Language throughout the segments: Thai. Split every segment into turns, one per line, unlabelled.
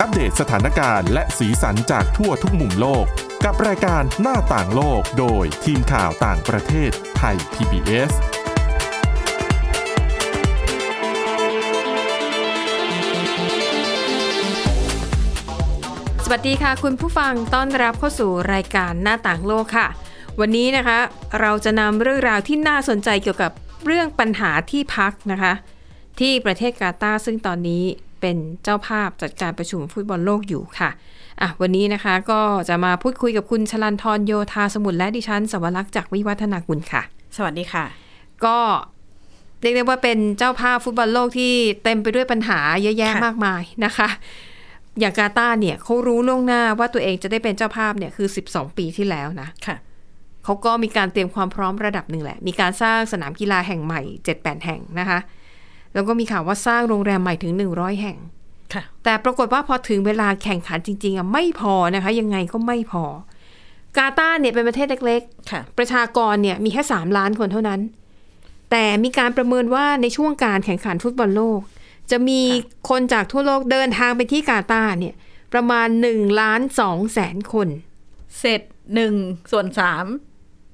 อัปเดตสถานการณ์และสีสันจากทั่วทุกมุมโลก กับรายการหน้าต่างโลกโดยทีมข่าวต่างประเทศไทย PBS
สวัสดีค่ะ คุณผู้ฟังต้อนรับเข้าสู่รายการหน้าต่างโลกค่ะ วันนี้นะคะ เราจะนำเรื่องราวที่น่าสนใจเกี่ยวกับเรื่องปัญหาที่พักนะคะ ที่ประเทศกาตาร์ซึ่งตอนนี้เป็นเจ้าภาพจัดการประชุมฟุตบอลโลกอยู่ค่ะอ่ะ วันนี้นะคะก็จะมาพูดคุยกับคุณชลันทรโยธาสมุทรและดิฉันสวรักษ์จากวิวัฒนาคุณค่ะ
สวัสดีค่ะ
ก็เรียกได้ว่าเป็นเจ้าภาพฟุตบอลโลกที่เต็มไปด้วยปัญหาเยอะแยะ
ค่ะ
มากมายนะคะ อย่างกาตาร์เนี่ยเขารู้ล่วงหน้าว่าตัวเองจะได้เป็นเจ้าภาพเนี่ยคือ 12 ปีที่แล้วนะ
ค่ะ
เขาก็มีการเตรียมความพร้อมระดับหนึ่งแหละ มีการสร้างสนามกีฬาแห่งใหม่ 7-8 แห่งนะคะ แล้วก็มีข่าวว่าสร้างโรงแรมใหม่ถึง 100 แห่ง
ค่ะ
แต่ปรากฏว่าพอถึงเวลาแข่งขันจริงๆอ่ะไม่พอนะคะ ยังไงก็ไม่พอ กาตาร์เนี่ยเป็นประเทศเล็กๆ
ค่ะ
ประชากรเนี่ยมีแค่ 3 ล้านคนเท่านั้น แต่มีการประเมินว่าในช่วงการแข่งขันฟุตบอลโลก จะมีคนจากทั่วโลกเดินทางไปที่กาตาร์เนี่ยประมาณ1ล้าน2แสนคน
เสร็จหนึ่งส่วนสาม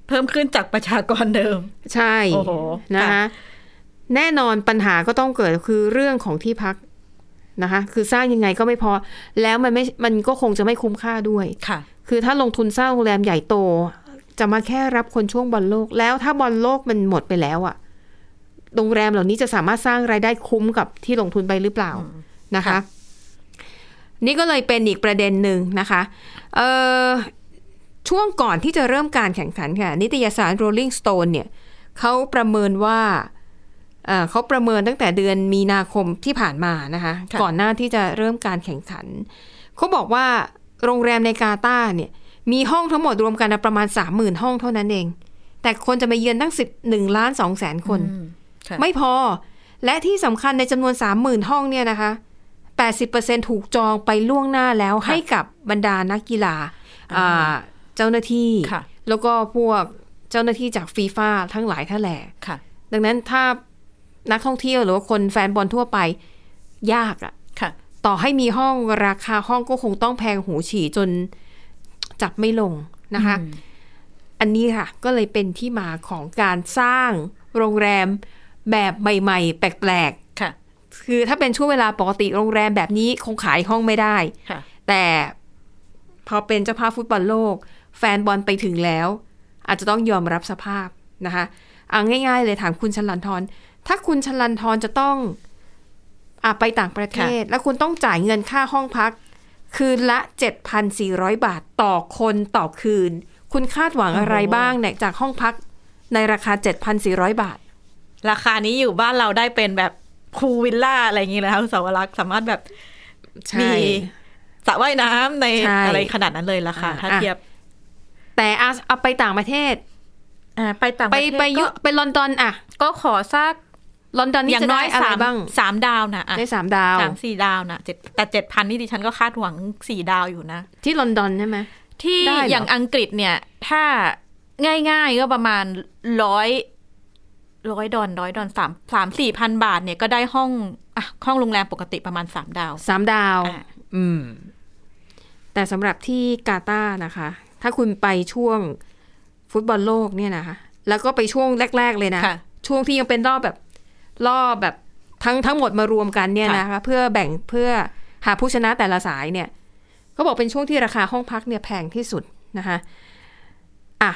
เพิ่มขึ้นจากประชากรเดิม
ใช่
โอ้โห
นะคะ
ค่ะ
แน่นอนปัญหาก็ต้องเกิดคือเรื่องของที่พักนะคะคือสร้างยังไงก็ไม่พอ แล้วมันไม่มันก็คงจะไม่คุ้มค่าด้วย
ค่ะ
คือถ้าลงทุนสร้างโรงแรมใหญ่โต จะมาแค่รับคนช่วงบอลโลก แล้วถ้าบอลโลกมันหมดไปแล้วอะโรงแรมเหล่านี้จะสามารถสร้างรายได้คุ้มกับที่ลงทุนไปหรือเปล่านะคะ
ค่ะ
นี่ก็เลยเป็นอีกประเด็นหนึ่งนะคะเอ่อช่วงก่อนที่จะเริ่มการแข่งขันค่ะ นิตยสาร Rolling Stone เนี่ยเขาประเมินว่าเอ่อเขาประเมินตั้งแต่เดือนมีนาคมที่ผ่านมานะคะ
ค่ะ
ก่อนหน้าที่จะเริ่มการแข่งขัน เขาบอกว่าโรงแรมในกาตาร์เนี่ยมีห้องทั้งหมดรวมกันนะประมาณ 30,000 ห้องเท่านั้นเอง แต่คนจะมาเยือนตั้ง 11ล้าน2แสนคน
อืมค่ะ
ไม่พอ และที่สำคัญในจำนวน 30,000 ห้องเนี่ยนะคะ 80%ถูกจองไปล่วงหน้าแล้วให้กับบรรดานักกีฬาอ่าเจ้าหน้าที่
ค่ะ
แล้วก็พวกเจ้าหน้าที่จากฟีฟ่าทั้งหลายทั้งแหล่
ค่ะ
ดังนั้นถ้านักท่องเที่ยวหรือว่าคนแฟนบอลทั่วไปยากอะ
ค่ะ
ต่อให้มีห้องราคาห้องก็คงต้องแพงหูฉี่จนจับไม่ลงนะคะ อันนี้ค่ะ ก็เลยเป็นที่มาของการสร้างโรงแรมแบบใหม่ ๆ แปลก
ค่ะ
ๆ คือถ้าเป็นช่วงเวลาปกติโรงแรมแบบนี้คงขายห้องไม่ได้
ค่ะ
แต่พอเป็นเจ้าภาพฟุตบอลโลก แฟนบอลไปถึงแล้ว อาจจะต้องยอมรับสภาพนะคะเอาง่ายๆเลยถามคุณชลันทรถ้าคุณชลันทรจะต้องอะไปต่างประเทศ แล้วคุณต้องจ่ายเงินค่าห้องพัก คืนละ 7,400 บาทต่อคนต่อคืน คุณคาดหวังอะไร
โอ้โห
บ้างเนี่ยจากห้องพักในราคา 7,400 บาท
ราคานี้อยู่บ้านเราได้เป็นแบบคูลวิลล่าอะไรอย่างงี้นะคะคุณสาวรักษ์สามารถแบบมีสระว่ายน้ำใน
ใช่
อะไรขนาดนั้นเลยราคา
อ่า
ถ้าเทียบ
แต่เอาเอาไปต่างประเทศ
อ่าไปต่างป
ไประ
เทศ
ไปยุ
ก็
ไปลอนดอนอะ
ก็ขอสัก
ลอนดอน
อ
นี่
ย่าง
จะ
น้
ได้
อย
อะไร
สาม
บ้าง
สามดาวนะอ่ะ
ได้สามดาว
สามสี่ดาวนะเจ็ดแต่เจ็ดพันนี่ดิฉันก็คาดหวังสี่ดาวอยู่นะ
ที่ลอนดอนใช่ไหม
ที่
ได้เหรอ
อ
อ
ย่างอังกฤษเนี่ย ถ้าง่ายๆก็ประมาณร้อยร้อยดอลร้อยดอลสามสามสี่พันบาทเนี่ยก็ได้ห้องอ่ะห้องโรงแรมปกติประมาณสามดาว
สามดาว
อ่ะ
อืม แต่สำหรับที่กาตาร์นะคะ ถ้าคุณไปช่วงฟุตบอลโลกเนี่ยนะคะ แล้วก็ไปช่วงแรก ๆ เลยนะ
ค่ะ
ช่วงที่ยังเป็นรอบแบบรอบแบบทั้งทั้งหมดมารวมกันเนี่ยนะคะ เพื่อแบ่งเพื่อหาผู้ชนะแต่ละสายเนี่ยเขาบอกเป็นช่วงที่ราคาห้องพักเนี่ยแพงที่สุดนะคะอ่ะ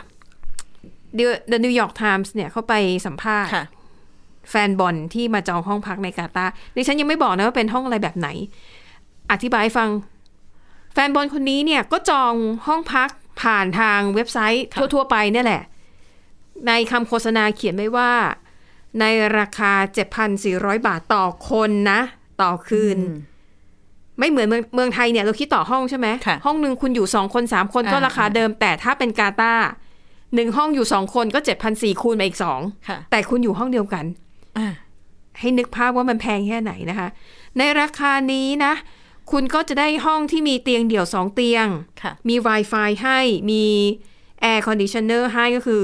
The- The New York Times เนี่ยเขาไปสัมภาษณ์
ค่ะ
แฟนบอลที่มาจองห้องพักในกาตาร์ดิฉันยังไม่บอกนะว่าเป็นห้องอะไรแบบไหน อธิบายให้ฟัง แฟนบอลคนนี้เนี่ยก็จองห้องพักผ่านทางเว็บไซต์
ค่ะ
ทั่ว ๆ ไปเนี่ยแหละ ในคำโฆษณาเขียนไว้ว่า ในราคา 7,400 บาทต่อคนนะ ต่อคืน
อืม
ไม่เหมือนเมืองเมืองไทยเนี่ยเราคิดต่อห้องใช่ไหม
ค่ะ
ห้องหนึ่งคุณอยู่สองคนสามคนก็
อ่า
ราคาเดิม แต่ถ้าเป็นกาตาร์หนึ่งห้องอยู่สองคนก็7,400คูณมาอีกสอง
ค่ะ
แต่คุณอยู่ห้องเดียวกัน
อ่ะ
ให้นึกภาพว่ามันแพงแค่ไหนนะคะ ในราคานี้นะ คุณก็จะได้ห้องที่มีเตียงเดี่ยวสองเตียง
ค่ะ
มี Wi-Fi ให้ มีแอร์คอนดิชเนอร์ให้ก็คือ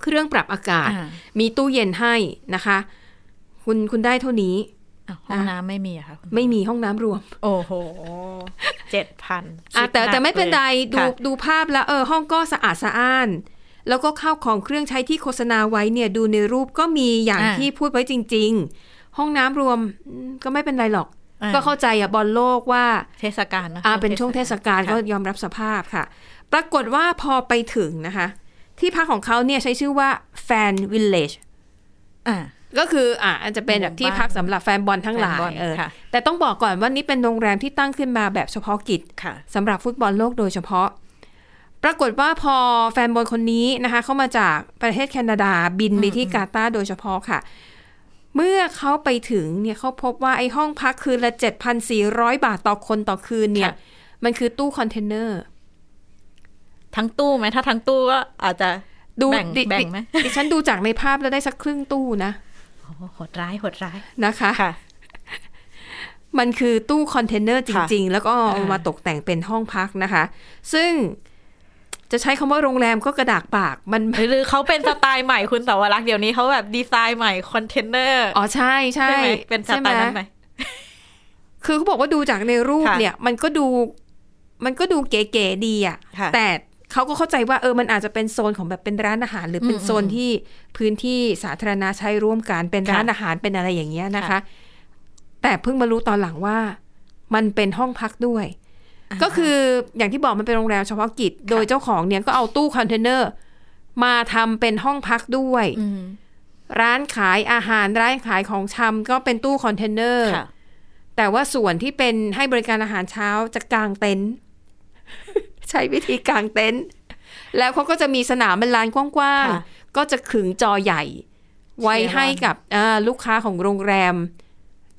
เครื่องปรับอากาศ
อ่า
มีตู้เย็นให้นะคะ คุณคุณได้เท่านี้
อ้าวห้องน้ำไม่มีอะค่ะ
ไม่มีห้องน้ำรวม
โอ้โหเจ็ดพัน
อ่ะแต่แต่ไม่เป็นไรดู
ค่ะ
ดูภาพแล้วเออห้องก็สะอาดสะอ้าน แล้วก็ข้าวของเครื่องใช้ที่โฆษณาไว้เนี่ยดูในรูปก็มีอย่าง
อ่า
ที่พูดไว้จริง ๆ ห้องน้ำรวมอืมก็ไม่เป็นไรหรอก
อ่
ก็เข้าใจอ่ะบอลโลกว่า
เทศกาลนะ
อ่าเป็นช่วงเทศกาลก็
ค่ะ
ยอมรับสภาพค่ะ ปรากฏว่าพอไปถึงนะคะ ที่พักของเขาเนี่ยใช้ชื่อว่าแฟนวิลเลจ
อ่า
ก็คืออ่าอาจจะเป็นแบบ
หมู่บ้าน
ที่พักสำหรับแฟนบอลทั้งหลาย
แฟนบอล
เออ
ค่ะ
แต่ต้องบอกก่อนว่านี่เป็นโรงแรมที่ตั้งขึ้นมาแบบเฉพาะกิจ
ค่ะ
สำหรับฟุตบอลโลกโดยเฉพาะ ปรากฏว่าพอแฟนบอลคนนี้นะคะ เข้ามาจากประเทศแคนาดาบินไปที่กาตาร์โดยเฉพาะค่ะ เมื่อเขาไปถึงเนี่ยเขาพบว่าไอ้ห้องพักคืนละ 7,400 บาทต่อคนต่อคืนเนี่ย
ค่ะ
มันคือตู้คอนเทนเนอร์
ทั้งตู้ไหมถ้าทั้งตู้ก็อาจจะ
ดู
แบ่ง
ดิ
แบ่งไหม
ดิดิฉันดูจากในภาพแล้วได้สักครึ่งตู้นะ
โอ้โหโหดร้ายโหดร้าย
นะคะ
ค่ะ
มันคือตู้คอนเทนเนอร์จ
ค่ะ
ริง ๆ แล้วก็เอา
อ่าม
มาตกแต่งเป็นห้องพักนะคะ ซึ่งจะใช้คำว่าโรงแรมก็กระดากปากมัน
หรือหรือเขาเป็นสไตล์ใหม่คุณสาวรักษ์เดี๋ยวนี้เขาแบบดีไซน์ใหม่คอนเทนเนอร์
อ๋อใช่ใช่
ใช่ไหมเป็นส
ใช่
ไตล์นั้นไหม
คือเขาบอกว่าดูจากในรูป
ค่ะ
เนี่ย มันก็ดูมันก็ดูเก๋ๆดีอ่ะ
ค่ะ
แต่เขาก็เข้าใจว่าเออมันอาจจะเป็นโซนของแบบเป็นร้านอาหาร หรือเป็นโซนที่พื้นที่สาธารณะใช้ร่วมกันเป็น
ค่ะ
ร้านอาหารเป็นอะไรอย่างเงี้ยนะคะ
ค่ะ
แต่เพิ่งมารู้ตอนหลังว่ามันเป็นห้องพักด้วย ก็คืออย่างที่บอกมันเป็นโรงแรมเฉพาะกิจ โดยเจ้าของเนี่ยก็เอาตู้คอนเทนเนอร์มาทำเป็นห้องพักด้วย
อืม
ร้านขายอาหารร้านขายของชำก็เป็นตู้คอนเทนเนอร์
ค่ะ
แต่ว่าส่วนที่เป็นให้บริการอาหารเช้าจะกางเต็นท์ ใช้วิธีกางเต็นท์แล้วเขาก็จะมีสนามเป็นลานกว้าง
ค่ะ
ๆ ก็จะขึงจอใหญ่ ไว้ให้กับอ่าลูกค้าของโรงแรม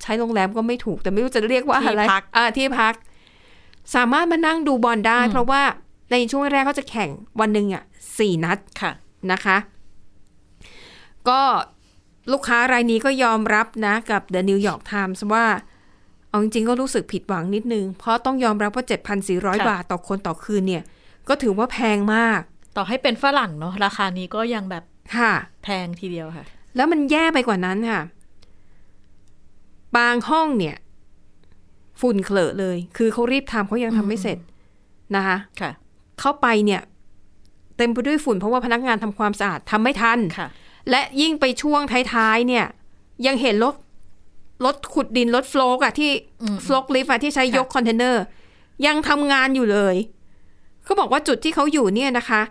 ใช้โรงแรมก็ไม่ถูก แต่ไม่รู้จะเรียกว่าอะไร
ที่พัก
อ่าที่พัก สามารถมานั่งดูบอลได้
อืม
เพราะว่าในช่วงแรกเขาจะแข่งวันหนึ่งอ่ะสี่นัด
ค่ะ
นะคะ ก็ลูกค้ารายนี้ก็ยอมรับนะกับ The New York Times ว่า เอาจริงๆก็รู้สึกผิดหวังนิดนึง เพราะต้องยอมรับว่า
ค่ะ
7,400 บาทต่อคนต่อคืนเนี่ย ก็ถือว่าแพงมาก
ต่อให้เป็นฝรั่งเนาะราคานี้ก็ยังแบบ
ค่ะ
แพงทีเดียวค่ะ
แล้วมันแย่ไปกว่านั้นค่ะ บางห้องเนี่ย ฝุ่นเขลอะเลย คือเขารีบทำเขายังทำไม่เสร็จนะคะ
ค่ะ
เข้าไปเนี่ย เต็มไปด้วยฝุ่นเพราะว่าพนักงานทำความสะอาดทำไม่ทัน
ค่ะ
และยิ่งไปช่วงท้ายๆเนี่ย ยังเห็นรถรถขุดดินรถโฟลกอะที่
อืม
โฟลกลิฟต์อะที่ใช้
ค่ะ
ยกคอนเทนเนอร์ ยังทำงานอยู่เลยเขาบอกว่าจุดที่เขาอยู่เนี่ยนะคะ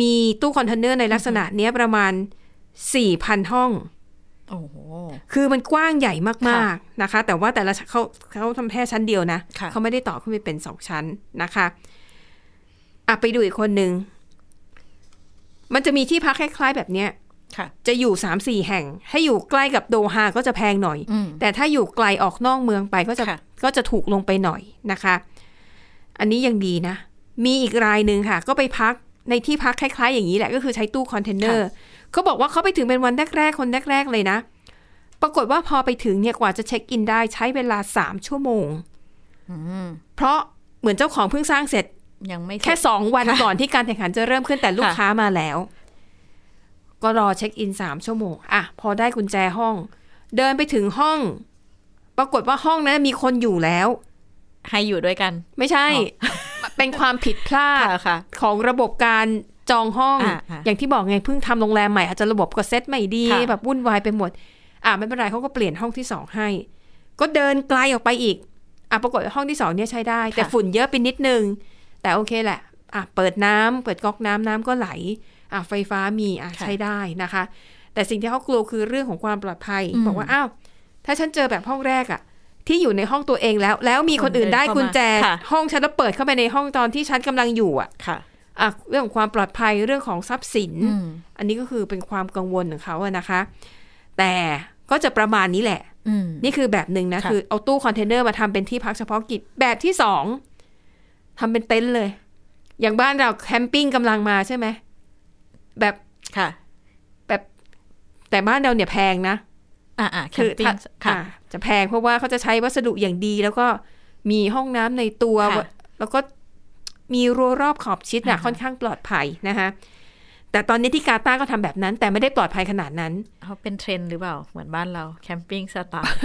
มีตู้คอนเทนเนอร์ในลักษณะเนี้ยประมาณ 4,000 ห้อง
โอ้โห
คือมันกว้างใหญ่มาก
ค่ะ
ๆนะคะ แต่ว่าแต่ละชั้นเขาเขาทำแค่ชั้นเดียวนะ
ค่ะ
เขาไม่ได้ต่อขึ้นไปเป็นสองชั้นนะคะอ่ะไปดูอีกคนหนึ่งมันจะมีที่พักคล้ายๆแบบเนี้ย
ค่ะ
จะอยู่3ามสี่แห่ง ให้อยู่ใกล้กับโดฮาก็จะแพงหน่อย
อืม
แต่ถ้าอยู่ไกลออกนอกเมืองไปก็จะ
ค่ะ
ก็จะถูกลงไปหน่อยนะคะ อันนี้ยังดีนะ มีอีกรายหนึ่งค่ะ ก็ไปพักในที่พักคล้าย ๆ อย่างนี้แหละ ก็คือใช้ตู้คอนเทนเนอร์เขาบอกว่าเขาไปถึงเป็นวันแรกๆ คนแรก ๆ เลยนะ ปรากฏว่าพอไปถึงเนี่ยกว่าจะเช็คอินได้ใช้เวลา 3 ชั่วโมง
อืม
เพราะเหมือนเจ้าของเพิ่งสร้างเสร็จ
ยังไม่เสร็จ
แค่สองวันก่อนที่การแข่งขันจะเริ่มขึ้นแต่ลูก
ค่ะ
ค้ามาแล้ว ก็รอเช็คอินสามชั่วโมงอ่ะพอได้กุญแจห้อง เดินไปถึงห้อง ปรากฏว่าห้องนั้นมีคนอยู่แล้ว
ให้อยู่ด้วยกัน
ไม่ใช่ เป็นความผิดพลาด
ค่ะค่ะ
ของระบบการจองห้อง
อ่ะอ่ะ
อย่างที่บอกไงเพิ่งทำโรงแรมใหม่อาจจะระบบก็เซตไม่ดี
ค่ะ
แบบวุ่นวายไปหมด อ่ะไม่เป็นไรเขาก็เปลี่ยนห้องที่สองให้ ก็เดินไกลออกไปอีก อ่ะปรากฏว่าห้องที่สองเนี่ยใช้ได้ แต่ฝุ่นเยอะไปนิดนึง แต่โอเคแหละ อ่ะเปิดน้ำเปิดก๊อกน้ำน้ำก็ไหล อ่ะไฟฟ้ามีอ่ะ
ค่ะ
ใช้ได้นะคะ แต่สิ่งที่เขากลัวคือเรื่องของความปลอดภัย
อืม
บอกว่าอ้าวถ้าฉันเจอแบบห้องแรกอ่ะ ที่อยู่ในห้องตัวเองแล้ว แล้วมีคนอื่นได้กุญแจ
คนเดินเข้ามาค่ะ
ห้องฉันแล้วเปิดเข้าไปในห้องตอนที่ฉันกำลังอยู่อ่ะ
ค่ะ
อ่ะเรื่องของความปลอดภัยเรื่องของทรัพย์สิน
อืม
อันนี้ก็คือเป็นความกังวลของเขาอะนะคะ แต่ก็จะประมาณนี้แหละ
อืม
นี่คือแบบหนึ่งนะ
ค่ะ
คือเอาตู้คอนเทนเนอร์มาทำเป็นที่พักเฉพาะกิจแบบที่สองทำเป็นเต็นท์เลย อย่างบ้านเราแคมปิ้งกำลังมาใช่ไหมแบบ
ค่ะ
แบบแต่บ้านเราเนี่ยแพงนะ
อ่าอ่าแคมปิ้ง
ถ้า
ค่ะ
อ่าจะแพงเพราะว่าเขาจะใช้วัสดุอย่างดี แล้วก็มีห้องน้ำในตัว
ค่ะ
แล้วก็มีรั้วรอบขอบชิดน่ะ
อ่าฮะ
ค่อนข้างปลอดภัยนะคะ แต่ตอนนี้ที่กาตาร์ก็ทำแบบนั้น แต่ไม่ได้ปลอดภัยขนาดนั้น
เขาเป็นเทรนด์หรือเปล่า เหมือนบ้านเราแคมปิ้งสไตล์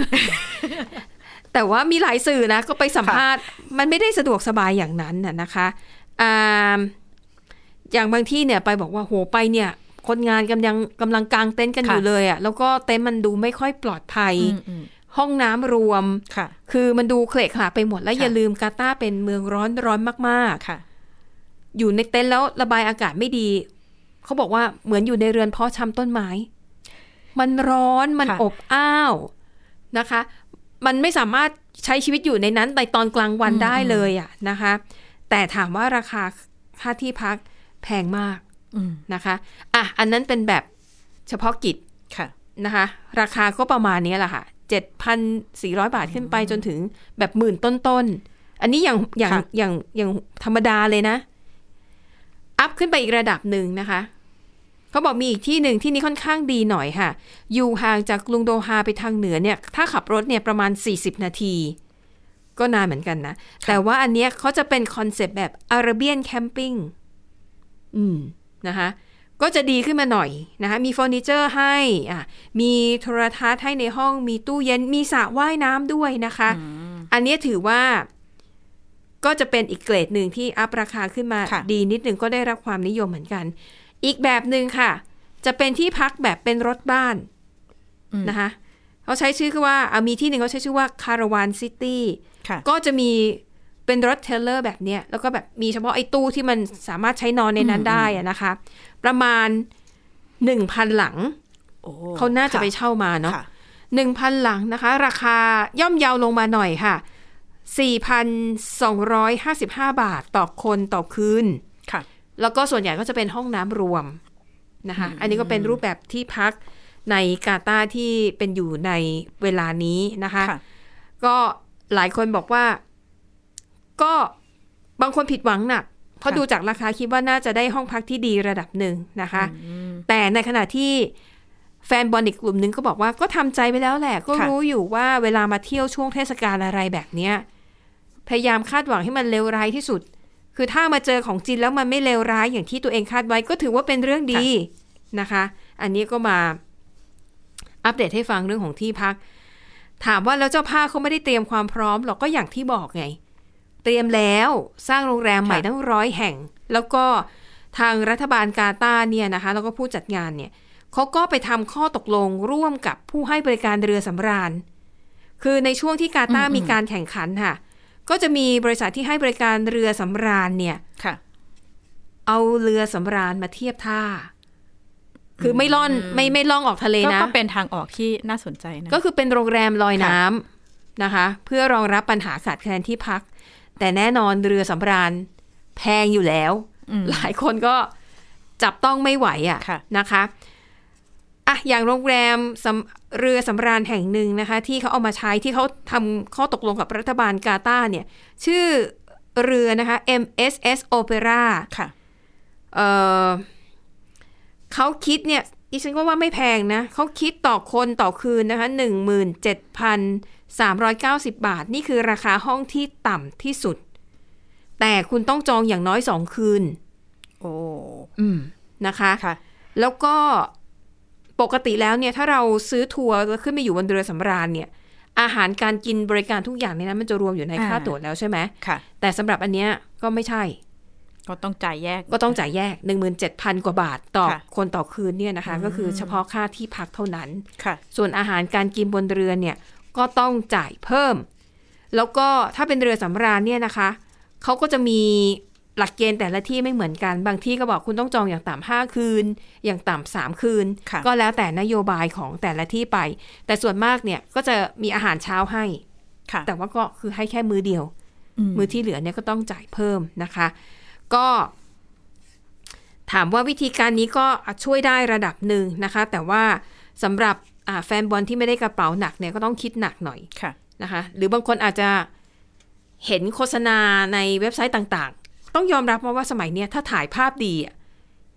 แต่ว่ามีหลายสื่อนะ ก็ไปสัมภาษณ์ มันไม่ได้สะดวกสบายอย่างนั้นน่ะนะคะอ่าอย่างบางที่เนี่ยไปบอกว่าโหไปเนี่ย คนงานกำลังกำลังกางเต็นท์กันอ
ค่ะ
ยู่เลยอะ่ะแล้วก็เต็นท์มันดูไม่ค่อยปลอดภัย ห้องน้ำรวม
ค่ะ
คือมันดูเคละขละไปหมด แล้ว
ค่ะ
อย่าลืมกาตาร์เป็นเมืองร้อนร้อนมาก
ค่ะ
ๆ อยู่ในเต็นท์แล้วระบายอากาศไม่ดี เขาบอกว่าเหมือนอยู่ในเรือนเพาะชำต้นไม้ มันร้อนมัน
ค่ะ
อบอ้าวนะคะ มันไม่สามารถใช้ชีวิตอยู่ในนั้นในตอนกลางวันได้เลยอะนะคะ แต่ถามว่าราคาค่าที่พักแพงมาก
อืม
นะคะอ่ะอันนั้นเป็นแบบเฉพาะกิจ
ค่ะ
นะคะ ราคาก็ประมาณนี้แหละค่ะ 7,400 บาทขึ้นไปจนถึงแบบหมื่นต้นๆ อันนี้อย่างอย่าง
ค่ะ
อย่างอย่างธรรมดาเลยนะ อัพขึ้นไปอีกระดับหนึ่งนะคะ เขาบอกมีอีกที่หนึ่งที่นี่ค่อนข้างดีหน่อยค่ะ อยู่ห่างจากกรุงโดฮาไปทางเหนือเนี่ย ถ้าขับรถเนี่ยประมาณ 40 นาที ก็นานเหมือนกันนะ แต่ว่าอันเนี้ยเขาจะเป็นคอนเซปต์แบบอาราเบียนแคมปิ้ง อืมนะคะ ก็จะดีขึ้นมาหน่อยนะคะ มีเฟอร์นิเจอร์ให้อ่ะมีโทรทัศน์ให้ในห้อง มีตู้เย็น มีสระว่ายน้ำด้วยนะคะ อันเนี้ยถือว่าก็จะเป็นอีกเกรดหนึ่งที่อัพราคาขึ้นมา
ค่ะ
ดีนิดหนึ่งก็ได้รับความนิยมเหมือนกัน อีกแบบหนึ่งค่ะ จะเป็นที่พักแบบเป็นรถบ้าน
อืม
นะคะเขาใช้ชื่อว่าอ่ะมีที่หนึ่งเขาใช้ชื่อว่าคาราวานซิตี้
ค่ะ
ก็จะมีเป็นรถเทรลเลอร์แบบเนี้ยแล้วก็แบบมีเฉพาะไอ้ตู้ที่มันสามารถใช้นอนในนั้น
อืม
ได้อะนะคะ ประมาณหนึ่งพันหลัง
โอ้
เขาน่าจะไป
ค่
เช่ามาเนาะ
ค่
หนึ่งพันหลังนะคะ ราคาย่อมเยาวลงมาหน่อยค่ะสี่พันสองร้อยห้าสิบห้าบาทต่อคนต่อคืน
ค่ะ
แล้วก็ส่วนใหญ่ก็จะเป็นห้องน้ำรวมนะคะ อันนี้ก็เป็นรูปแบบที่พักในกาตาร์ที่เป็นอยู่ในเวลานี้นะคะ
ค่ะ
ก็หลายคนบอกว่า ก็บางคนผิดหวังหนัก เพราะ
ค่ะ
ดูจากราคาคิดว่าน่าจะได้ห้องพักที่ดีระดับหนึ่งนะคะ แต่ในขณะที่แฟนบอลอีกกลุ่มหนึงก็บอกว่าก็ทำใจไปแล้วแหละ ก็รู้อยู่ว่าเวลามาเที่ยวช่วงเทศกาลอะไรแบบเนี้ยพยายามคาดหวังให้มันเลวร้ายที่สุด คือถ้ามาเจอของจริงแล้วมันไม่เลวร้ายอย่างที่ตัวเองคาดไว้ก็ถือว่าเป็นเรื่องดีนะคะ อันนี้ก็มาอัปเดตให้ฟังเรื่องของที่พัก ถามว่าแล้วเจ้าภาพเขาไม่ได้เตรียมความพร้อมหรอกก็อย่างที่บอกไง เตรียมแล้วสร้างโรงแรมใหม่
ค่ะ
ทั้งร้อยแห่ง แล้วก็ทางรัฐบาลกาตาร์เนี่ยนะคะ แล้วก็ผู้จัดงานเนี่ยเขาก็ไปทำข้อตกลงร่วมกับผู้ให้บริการเรือสำราญ คือในช่วงที่กาตาร์มีการแข่งขันค่ะ ก็จะมีบริษัทที่ให้บริการเรือสำราญเนี่ย
ค่ะ
เอาเรือสำราญมาเทียบท่า คือไม่ล่อนไม่ไม่ล่องออกทะเล
ก็
นะ
ก็เป็นทางออกที่น่าสนใจนะ
ก็คือเป็นโรงแรมลอย
ค่ะ
น้ำนะคะ เพื่อรองรับปัญหาขาดแคลนที่พัก แต่แน่นอนเรือสำราญแพงอยู่แล้ว
อืม
หลายคนก็จับต้องไม่ไหวอะ
ค่ะ
นะคะอ่ะอย่างโรงแรมสำเรือสำราญแห่งหนึ่งนะคะ ที่เขาเอามาใช้ที่เขาทำข้อตกลงกับรัฐบาลกาตาร์เนี่ย ชื่อเรือนะคะ MSS Opera
ค่ะ
เอ่อเขาคิดเนี่ยดิฉันก็ว่าไม่แพงนะเขาคิดต่อคนต่อคืนนะคะ17,390 บาท นี่คือราคาห้องที่ต่ำที่สุด แต่คุณต้องจองอย่างน้อย 2 คืน
โอ้
นะคะ
ค่ะ
แล้วก็ปกติแล้วเนี่ยถ้าเราซื้อทัวร์แล้วขึ้นไปอยู่บนเรือสำราญเนี่ย อาหารการกินบริการทุกอย่างในนั้นมันจะรวมอยู่ในค่า
อ่า
ตั๋วแล้วใช่ไหม
ค่ะ
แต่สำหรับอันเนี้ยก็ไม่ใช่
ก็ต้องจ่ายแยก
ก็ต้องจ่ายแยก 17,000 กว่าบาทต่อ
ค่ะ
คนต่อคืนเนี่ยนะคะ
อืม
ก็คือเฉพาะค่าที่พักเท่านั้น
ค่ะ
ส่วนอาหารการกินบนเรือเนี่ยก็ต้องจ่ายเพิ่ม แล้วก็ถ้าเป็นเรือสำราญเนี่ยนะคะเขาก็จะมีหลักเกณฑ์แต่ละที่ไม่เหมือนกัน บางที่ก็บอกคุณต้องจองอย่างต่ำห้าคืน อย่างต่ำสามคืน
ค่ะ
ก็แล้วแต่นโยบายของแต่ละที่ไป แต่ส่วนมากเนี่ยก็จะมีอาหารเช้าให้
ค่ะ
แต่ว่าก็คือให้แค่มื้อเดียว
ม
มือที่เหลือเนี่ยก็ต้องจ่ายเพิ่มนะคะ ก็ ถามว่าวิธีการนี้ก็อาจช่วยได้ระดับหนึ่งนะคะ แต่ว่าสำหรับอ่าแฟนบอลที่ไม่ได้กระเป๋าหนักเนี่ยก็ต้องคิดหนักหน่อย
ค่ะ
นะคะ หรือบางคนอาจจะเห็นโฆษณาในเว็บไซต์ต่างๆ ต้องยอมรับมาว่าสมัยเนี้ยถ้าถ่ายภาพดีอะ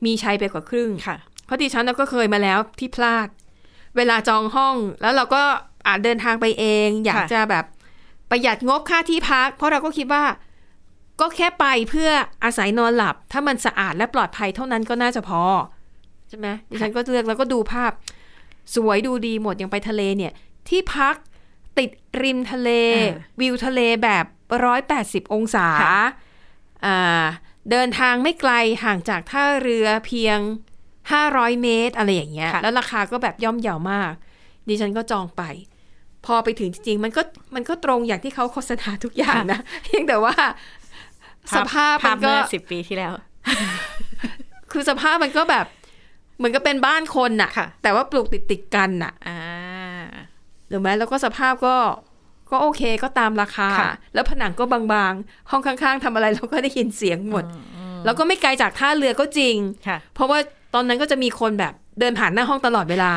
มีใช้ไปกว่าครึ่ง
ค่ะ
เพราะดิฉันเราก็เคยมาแล้วที่พลาด เวลาจองห้องแล้วเราก็อาจเดินทางไปเอง อยาก
ค่ะ
จะแบบประหยัดงบค่าที่พัก เพราะเราก็คิดว่าก็แค่ไปเพื่ออาศัยนอนหลับ ถ้ามันสะอาดและปลอดภัยเท่านั้นก็น่าจะพอ ใช่ไหมดิฉันก็เลือกแล้วก็ดูภาพ สวยดูดีหมดอย่างไปทะเลเนี่ย ที่พักติดริมทะเล
อ่า
วิวทะเลแบบร้อยแปดสิบองศา
ค่ะ
อ่าเดินทางไม่ไกลห่างจากท่าเรือเพียง 500 เมตร อะไรอย่างเงี้ย
ค่ะ
แล้วราคาก็แบบย่อมเยาวมาก ดิฉันก็จองไป พอไปถึงจริงๆ มันก็มันก็ตรงอย่างที่เขาโฆษณาทุกอย่างนะ เพียงแต่ว่า สภาพมั
ภาพ
นก็
เมื่อสิบปีที่แล้ว
คือสภาพมันก็แบบ เหมือนก็เป็นบ้านคนน่ะ
ค่ะ
แต่ว่าปลูกติดติดๆกันน่ะ
อ่า
ถูกไหมแล้วก็สภาพก็ก็โอเคก็ตามราคา
ค่ะ
แล้วผนังก็บางๆ ห้องข้างๆทำอะไรเรา ก็ได้ยินเสียงหมด แล้วก็ไม่ไกลจากท่าเรือก็จริง
ค่ะ
เพราะว่าตอนนั้นก็จะมีคนแบบเดินผ่านหน้าห้องตลอดเวลา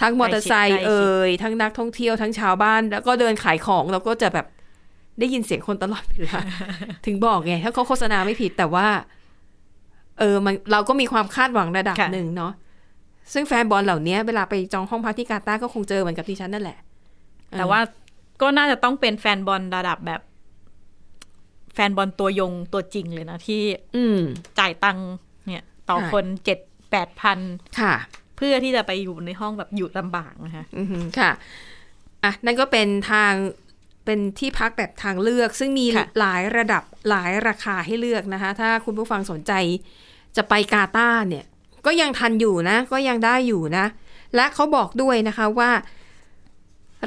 ทั้งมอเตอร์ไซค์
ใกล้ชิด
เอ่ยทั้งนักท่องเที่ยวทั้งชาวบ้าน แล้วก็เดินขายของเราก็จะแบบได้ยินเสียงคนตลอดเว ลา ถึงบอกไงถ้าเขาโฆษณาไม่ผิดแต่ว่า เออมันเราก็มีความคาดหวังระดับหนึ่งเนาะซึ่งแฟนบอลเหล่านี้เวลาไปจองห้องพักที่กาตาร์ก็คงเจอเหมือนกับดิฉันนั่นแหละ
แต่ว่าก็น่าจะต้องเป็นแฟนบอลระดับแบบ แฟนบอลตัวยงตัวจริงเลยนะ ที่
อืม
จ่ายตังค์เนี่ย ต่อ
ค่ะ
คนเจ็ดแปดพัน
ค่ะ
เพื่อที่จะไปอยู่ในห้องแบบอยู่ลำบากนะคะ
อือหือค่ะ อ่ะ นั่นก็เป็นทาง เป็นที่พักแบบทางเลือก ซึ่งมี
ค่ะ
หลายระดับหลายราคาให้เลือกนะคะ ถ้าคุณผู้ฟังสนใจจะไปกาตาร์เนี่ย ก็ยังทันอยู่นะ ก็ยังได้อยู่นะ และเขาบอกด้วยนะคะว่า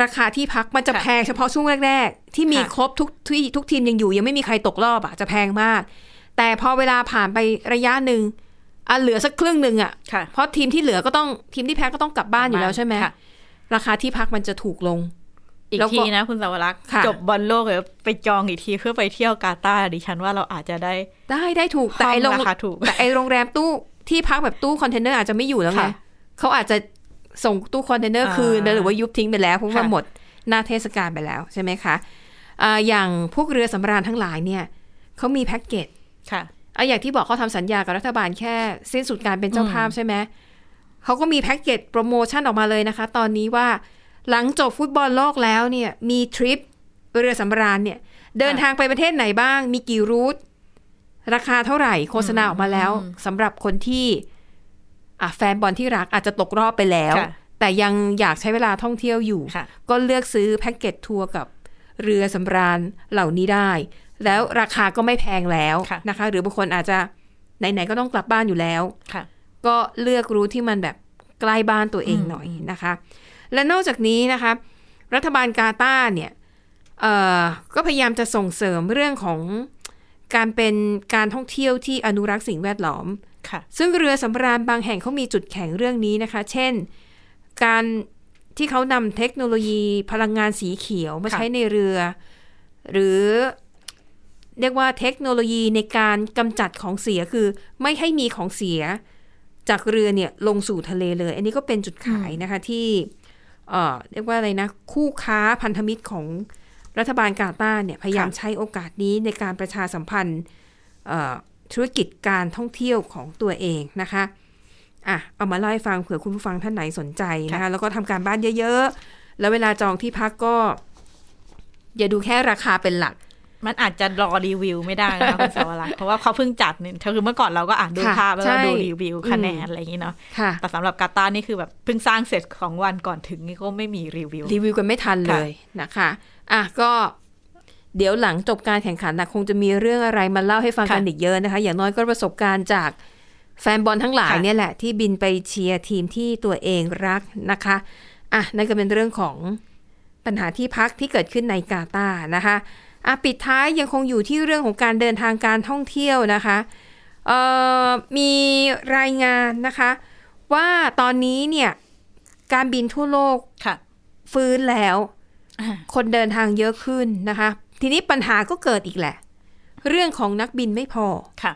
ราคาที่พักมันจะ
ค่ะ
แพงเฉพาะช่วงแรก ๆ ที่มี
ค่ะ
ครบทุกที่ทุกทีมยังอยู่ ยังไม่มีใครตกรอบอะ่ะจะแพงมาก แต่พอเวลาผ่านไประยะหนึ่งอ่ะเหลือสักครึ่งหนึ่งอ่ะ
ค่ะ
เพราะทีมที่เหลือก็ต้องทีมที่แพ้ก็ต้องกลับบ้านอยู่แล้วใช่ไหม
ค่ะ
ราคาที่พักมันจะถูกลง
อีก
แล้วก็
ทีนะคุณสาวรักษ์
ค่ะ
จบบอลโลกเลยไปจองอีกทีเพื่อไปเที่ยวกาตาร์ดิฉันว่าเราอาจจะได้
ได้ได้ถูก แต่
ห้อง
ไอ้โรง
ราคาถูก
แต่ไอ้โรงแรมตู้ที่พักแบบตู้คอนเทนเนอร์อาจจะไม่อยู่แล้วไง
ค่ะ
เขาอาจจะส่งตู้คอนเทนเนอร์
อ่า
คืนหรือว่ายุบทิ้งไปแล้วเพราะว่า
ค่ะ
หมดหน้าเทศกาลไปแล้วใช่ไหมคะอ่าอย่างพวกเรือสำราญทั้งหลายเนี่ยเขามีแพ็กเกจ
ค่ะ
อ่ะอย่างที่บอกเขาทำสัญญากับรัฐบาลแค่สิ้นสุดการเป็นเจ้าภาพใช่ไหมเขาก็มีแพ็กเกจโปรโมชั่นออกมาเลยนะคะ ตอนนี้ว่าหลังจบฟุตบอลโลกแล้วเนี่ยมีทริปเรือสำราญเนี่ย เดินทางไปประเทศไหนบ้าง มีกี่รูท ราคาเท่าไหร่ โฆษณาออกมาแล้วสำหรับคนที่อ่ะแฟนบอลที่รักอาจจะตกรอบไปแล้ว
ค่ะ
แต่ยังอยากใช้เวลาท่องเที่ยวอยู่
ค่ะ
ก็เลือกซื้อแพ็กเกจทัวร์กับเรือสำราญเหล่านี้ได้ แล้วราคาก็ไม่แพงแล้ว
ค่ะ
นะคะ หรือบางคนอาจจะไหนๆก็ต้องกลับบ้านอยู่แล้ว
ค่ะ
ก็เลือกรู้ที่มันแบบใกล้บ้านตัวเองหน่อยนะคะ และนอกจากนี้นะคะ รัฐบาลกาตาร์เนี่ยเอ่อก็พยายามจะส่งเสริมเรื่องของการเป็นการท่องเที่ยวที่อนุรักษ์สิ่งแวดล้อม
ค่ะ
ซึ่งเรือสำราญบางแห่งเขามีจุดแข็งเรื่องนี้นะคะ เช่น การที่เขานำเทคโนโลยีพลังงานสีเขียวมา
ค่ะ
ใช้ในเรือ หรือเรียกว่าเทคโนโลยีในการกำจัดของเสียคือไม่ให้มีของเสียจากเรือเนี่ยลงสู่ทะเลเลย อันนี้ก็เป็นจุดขายนะคะที่เอ่อเรียกว่าอะไรนะ คู่ค้าพันธมิตรของรัฐบาลกาตาร์เนี่ยพยายามใช้โอกาสนี้ในการประชาสัมพันธ์ เอ่อธุรกิจการท่องเที่ยวของตัวเองนะคะอ่ะเอามาเล่าให้ฟังเผื่อคุณผู้ฟังท่านไหนสนใจนะคะ แล้วก็ทำการบ้านเยอะๆ แล้วเวลาจองที่พักก็ อย่าดูแค่ราคาเป็นหลัก
มันอาจจะรอรีวิวไม่ได้นะคะคุณสาวรักษ์เพราะว่าเขาเพิ่งจัดเนี่ยคือเมื่อก่อนเราก็อ่านดู
ค่ะ
ภาพแล้วก็
ใช่
ดูรีวิวคะแน
อื
น
ม
อะไรอย่างนี้เนาะ
ค่ะ
แต่สำหรับกาตาร์นี่คือแบบเพิ่งสร้างเสร็จของวันก่อนถึงนี่ก็ไม่มีรีวิว
รีวิวกันไม่ทันเลยนะคะอ่ะก็เดี๋ยวหลังจบการแข่งขันนะคงจะมีเรื่องอะไรมาเล่าให้ฟังกัน
ค่ะ
อีกเยอะนะคะ อย่างน้อยก็ประสบการณ์จากแฟนบอลทั้งหลาย
ค่ะ
เนี่ยแหละ ที่บินไปเชียร์ทีมที่ตัวเองรักนะคะอ่ะนั่นก็เป็นเรื่องของปัญหาที่พักที่เกิดขึ้นในกาตาร์นะคะอ่ะปิดท้ายยังคงอยู่ที่เรื่องของการเดินทางการท่องเที่ยวนะคะเอ่อมีรายงานนะคะ ว่าตอนนี้เนี่ยการบินทั่วโลก
ค่ะ
ฟื้นแล้ว
อ่า
คนเดินทางเยอะขึ้นนะคะ ทีนี้ปัญหาก็เกิดอีกแหละ เรื่องของนักบินไม่พอ
ค่ะ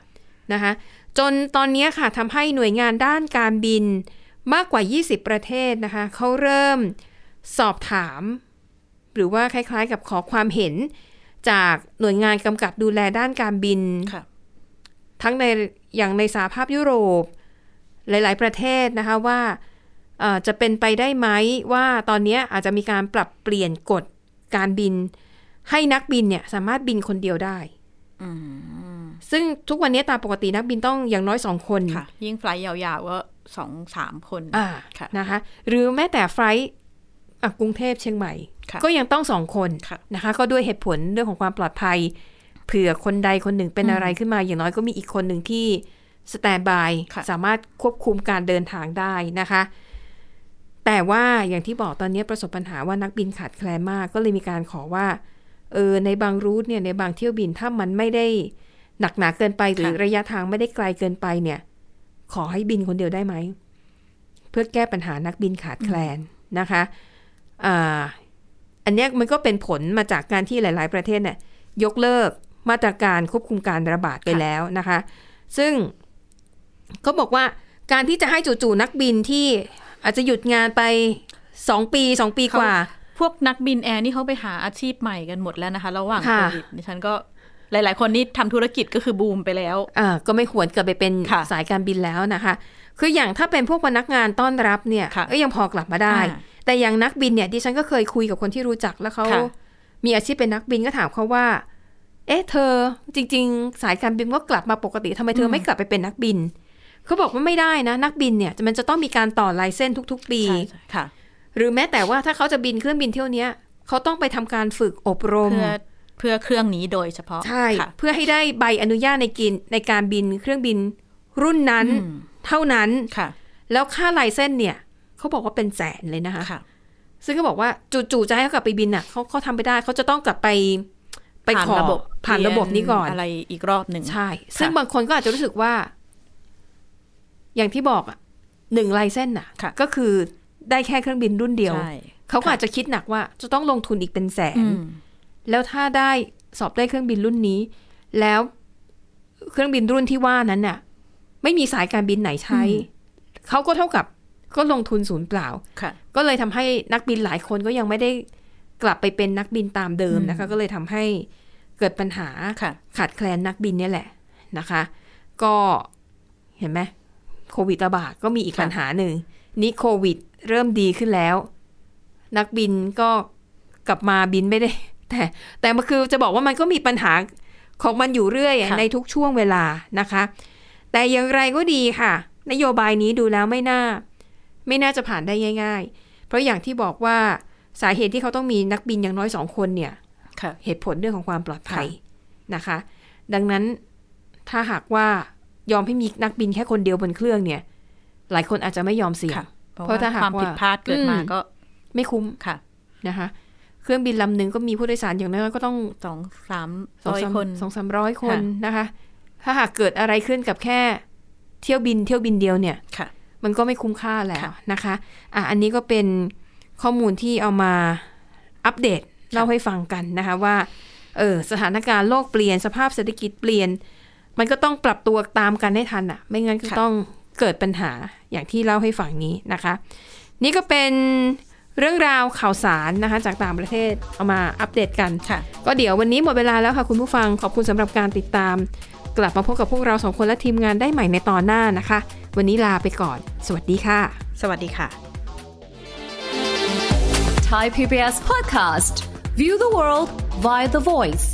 นะคะ จนตอนนี้ค่ะทำให้หน่วยงานด้านการบินมากกว่า 20 ประเทศนะคะ เขาเริ่มสอบถาม หรือว่าคล้ายๆ กับขอความเห็น จากหน่วยงานกำกับดูแลด้านการบิน
ค่ะ
ทั้งในอย่างในสหภาพยุโรป หลาย ๆ ประเทศนะคะว่าเอ่อจะเป็นไปได้ไหมว่าตอนเนี้ยอาจจะมีการปรับเปลี่ยนกฎการบิน ให้นักบินเนี่ยสามารถบินคนเดียวได้
อืม
ซึ่งทุกวันนี้ตามปกตินักบินต้องอย่างน้อยสองคน
ค่ะยิ่งไฟลท์ยาวๆก็ สองสามคน
อ่า
ค่ะ
นะคะหรือแม้แต่ไฟลท์อ่ะกรุงเทพเชียงใหม่
ค่ะ
ก็ยังต้องสองคน
ค่ะ
นะคะ ก็ด้วยเหตุผลเรื่องของความปลอดภัย เผื่อคนใดคนหนึ่งเป็น
อืม
อะไรขึ้นมา อย่างน้อยก็มีอีกคนหนึ่งที่สแตนบาย
ค่ะ
สามารถควบคุมการเดินทางได้นะคะ แต่ว่าอย่างที่บอกตอนนี้ประสบปัญหาว่านักบินขาดแคลนมาก ก็เลยมีการขอว่าเออในบางรูทเนี่ยในบางเที่ยวบินถ้ามันไม่ได้หนักหนาเกินไปหรือ
ค่ะ
ระยะทางไม่ได้ไกลเกินไปเนี่ย ขอให้บินคนเดียวได้ไหม เพื่อแก้ปัญหานักบินขาดแคลนนะคะอ่าอันเนี้ยมันก็เป็นผลมาจากการที่หลาย ๆ ประเทศเนี่ยยกเลิกมาตรการควบคุมการระบาดไป
ค่ะ
แล้วนะคะ ซึ่งก็บอกว่าการที่จะให้จู่ๆนักบินที่อาจจะหยุดงานไปสองปีสองปีกว่า
พวกนักบินแอร์นี่เขาไปหาอาชีพใหม่กันหมดแล้วนะคะ ระหว่าง
ค่ะ
โควิดดิฉันก็หลาย ๆ คนนี่ทำธุรกิจก็คือบูมไปแล้ว
อ่าก็ไม่ควรเกิดไปเป็น
ค่ะ
สายการบินแล้วนะคะ คืออย่างถ้าเป็นพวกพนักงานต้อนรับเนี่ย
ค่ะ
ก็ยังพอกลับมาได้
อ่า
แต่อย่างนักบินเนี่ยดิฉันก็เคยคุยกับคนที่รู้จักแล้วเขา
ค่ะ
มีอาชีพเป็นนักบินก็ถามเขาว่า เอ๊ะเธอจริง ๆ สายการบินก็กลับมาปกติทำไมเธอไม่กลับไปเป็นนักบินเขาบอกว่าไม่ได้นะ นักบินเนี่ยมันจะต้องมีการต่อลายเส้นทุก ๆ ปี
ใช่ใช่ค่ะ
หรือแม้แต่ว่าถ้าเขาจะบินเครื่องบินเที่ยวเนี้ยเขาต้องไปทำการฝึกอบรม
เพื่อเพื่อเครื่องนี้โดยเฉพาะ
ใช่
ค่ะ
เพื่อให้ได้ใบอนุญาตในกินในการบินเครื่องบินรุ่นนั้น
อืม
เท่านั้น
ค่ะ
แล้วค่าลายเส้นเนี่ยเขาบอกว่าเป็นแสนเลยนะคะ
ค่ะ
ซึ่งก็บอกว่าจู่ๆจะให้เขากลับไปบินอ่ะเขาเขาทำไม่ได้เขาจะต้องกลับไปไป
ผ่าน
ขอ
ระบบ
ผ่านระบบนี้ก่อน
อะไรอีกรอบหนึ่ง
ใช่ ซึ่ง
ค่ะ
บางคนก็อาจจะรู้สึกว่า อย่างที่บอกอะหนึ่งลายเส้นน่ะ
ค่ะ
ก็คือได้แค่เครื่องบินรุ่นเดียว
ใช่
เขาก็อาจจะคิดหนักว่า จะต้องลงทุนอีกเป็นแสน
อืม
แล้วถ้าได้สอบได้เครื่องบินรุ่นนี้ แล้วเครื่องบินรุ่นที่ว่านั้นน่ะ ไม่มีสายการบินไหนใช้
อืม
เขาก็เท่ากับก็ลงทุนศูนย์เปล่า
ค่ะ
ก็เลยทำให้นักบินหลายคนก็ยังไม่ได้กลับไปเป็นนักบินตามเดิมนะคะ ก็เลยทำให้เกิดปัญหา
ค่ะ
ขาดแคลนนักบินเนี่ยแหละนะคะ ก็เห็นไหมโควิดระบาดก็มีอีก
ค่ะ
ปัญหาหนึ่งนี้โควิดเริ่มดีขึ้นแล้ว นักบินก็กลับมาบินไม่ได้ แต่แต่มันคือจะบอกว่ามันก็มีปัญหาของมันอยู่เรื่อยอะ
ค่ะ
ในทุกช่วงเวลานะคะ แต่อย่างไรก็ดีค่ะ นโยบายนี้ดูแล้วไม่น่า ไม่น่าจะผ่านได้ง่าย ๆ เพราะอย่างที่บอกว่าสาเหตุที่เขาต้องมีนักบินอย่างน้อยสองคนเนี่ย
ค่ะ
เหตุผลเรื่องของความปลอดภัยนะคะ ดังนั้นถ้าหากว่ายอมให้มีนักบินแค่คนเดียวบนเครื่องเนี่ย หลายคนอาจจะไม่ยอมเสี่ยง
ค่ะ
เพ
เพ
ราะ
ราะ
ถ้า
ถ้า
หาก
ความ
ว่า
ผิดพลาดเกิดมา
อืม
ก็
ไม่คุ้ม
ค่ะ
นะคะ เครื่องบินลำหนึ่งก็มีผู้โดยสารอย่างน้อยก็ต้อง
สองสาม
สอง
ร้อย
สาม
คน
สองสามร้อยคน
ค่ะ
นะคะ ถ้าหากเกิดอะไรขึ้นกับแค่เที่ยวบินเที่ยวบินเดียวเนี่ย
ค่ะ
มันก็ไม่คุ้มค่าแล้ว
ค่ะ
นะคะ อ่ะอันนี้ก็เป็นข้อมูลที่เอามาอัปเดตเล่าให้ฟังกันนะคะว่า เออสถานการณ์โลกเปลี่ยนสภาพเศรษฐกิจเปลี่ยน มันก็ต้องปรับตัวตามกันให้ทันอ่ะ ไม่งั้นก็ต้องเกิดปัญหาอย่างที่เล่าให้ฟังนี้นะคะ นี่ก็เป็นเรื่องราวข่าวสารนะคะ จากต่างประเทศเอามาอัปเดตกัน
ค่ะ
ก็เดี๋ยววันนี้หมดเวลาแล้วค่ะคุณผู้ฟังขอบคุณสำหรับการติดตาม กลับมาพบกับพวกเราสองคนและทีมงานได้ใหม่ในตอนหน้านะคะ วันนี้ลาไปก่อน สวัสดีค่ะ
สวัสดีค่ะ
Thai PBS podcast. View the world via the voice.